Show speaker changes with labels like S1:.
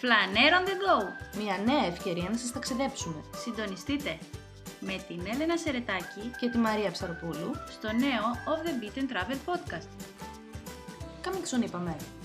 S1: Φλανέρ on the go!
S2: Μια νέα ευκαιρία να σας ταξιδέψουμε.
S1: Συντονιστείτε με την Έλενα Σερετάκη
S2: Και τη Μαρία Ψαροπούλου.
S1: στο νέο Off the Beaten Travel Podcast.
S2: Coming soon είπαμε.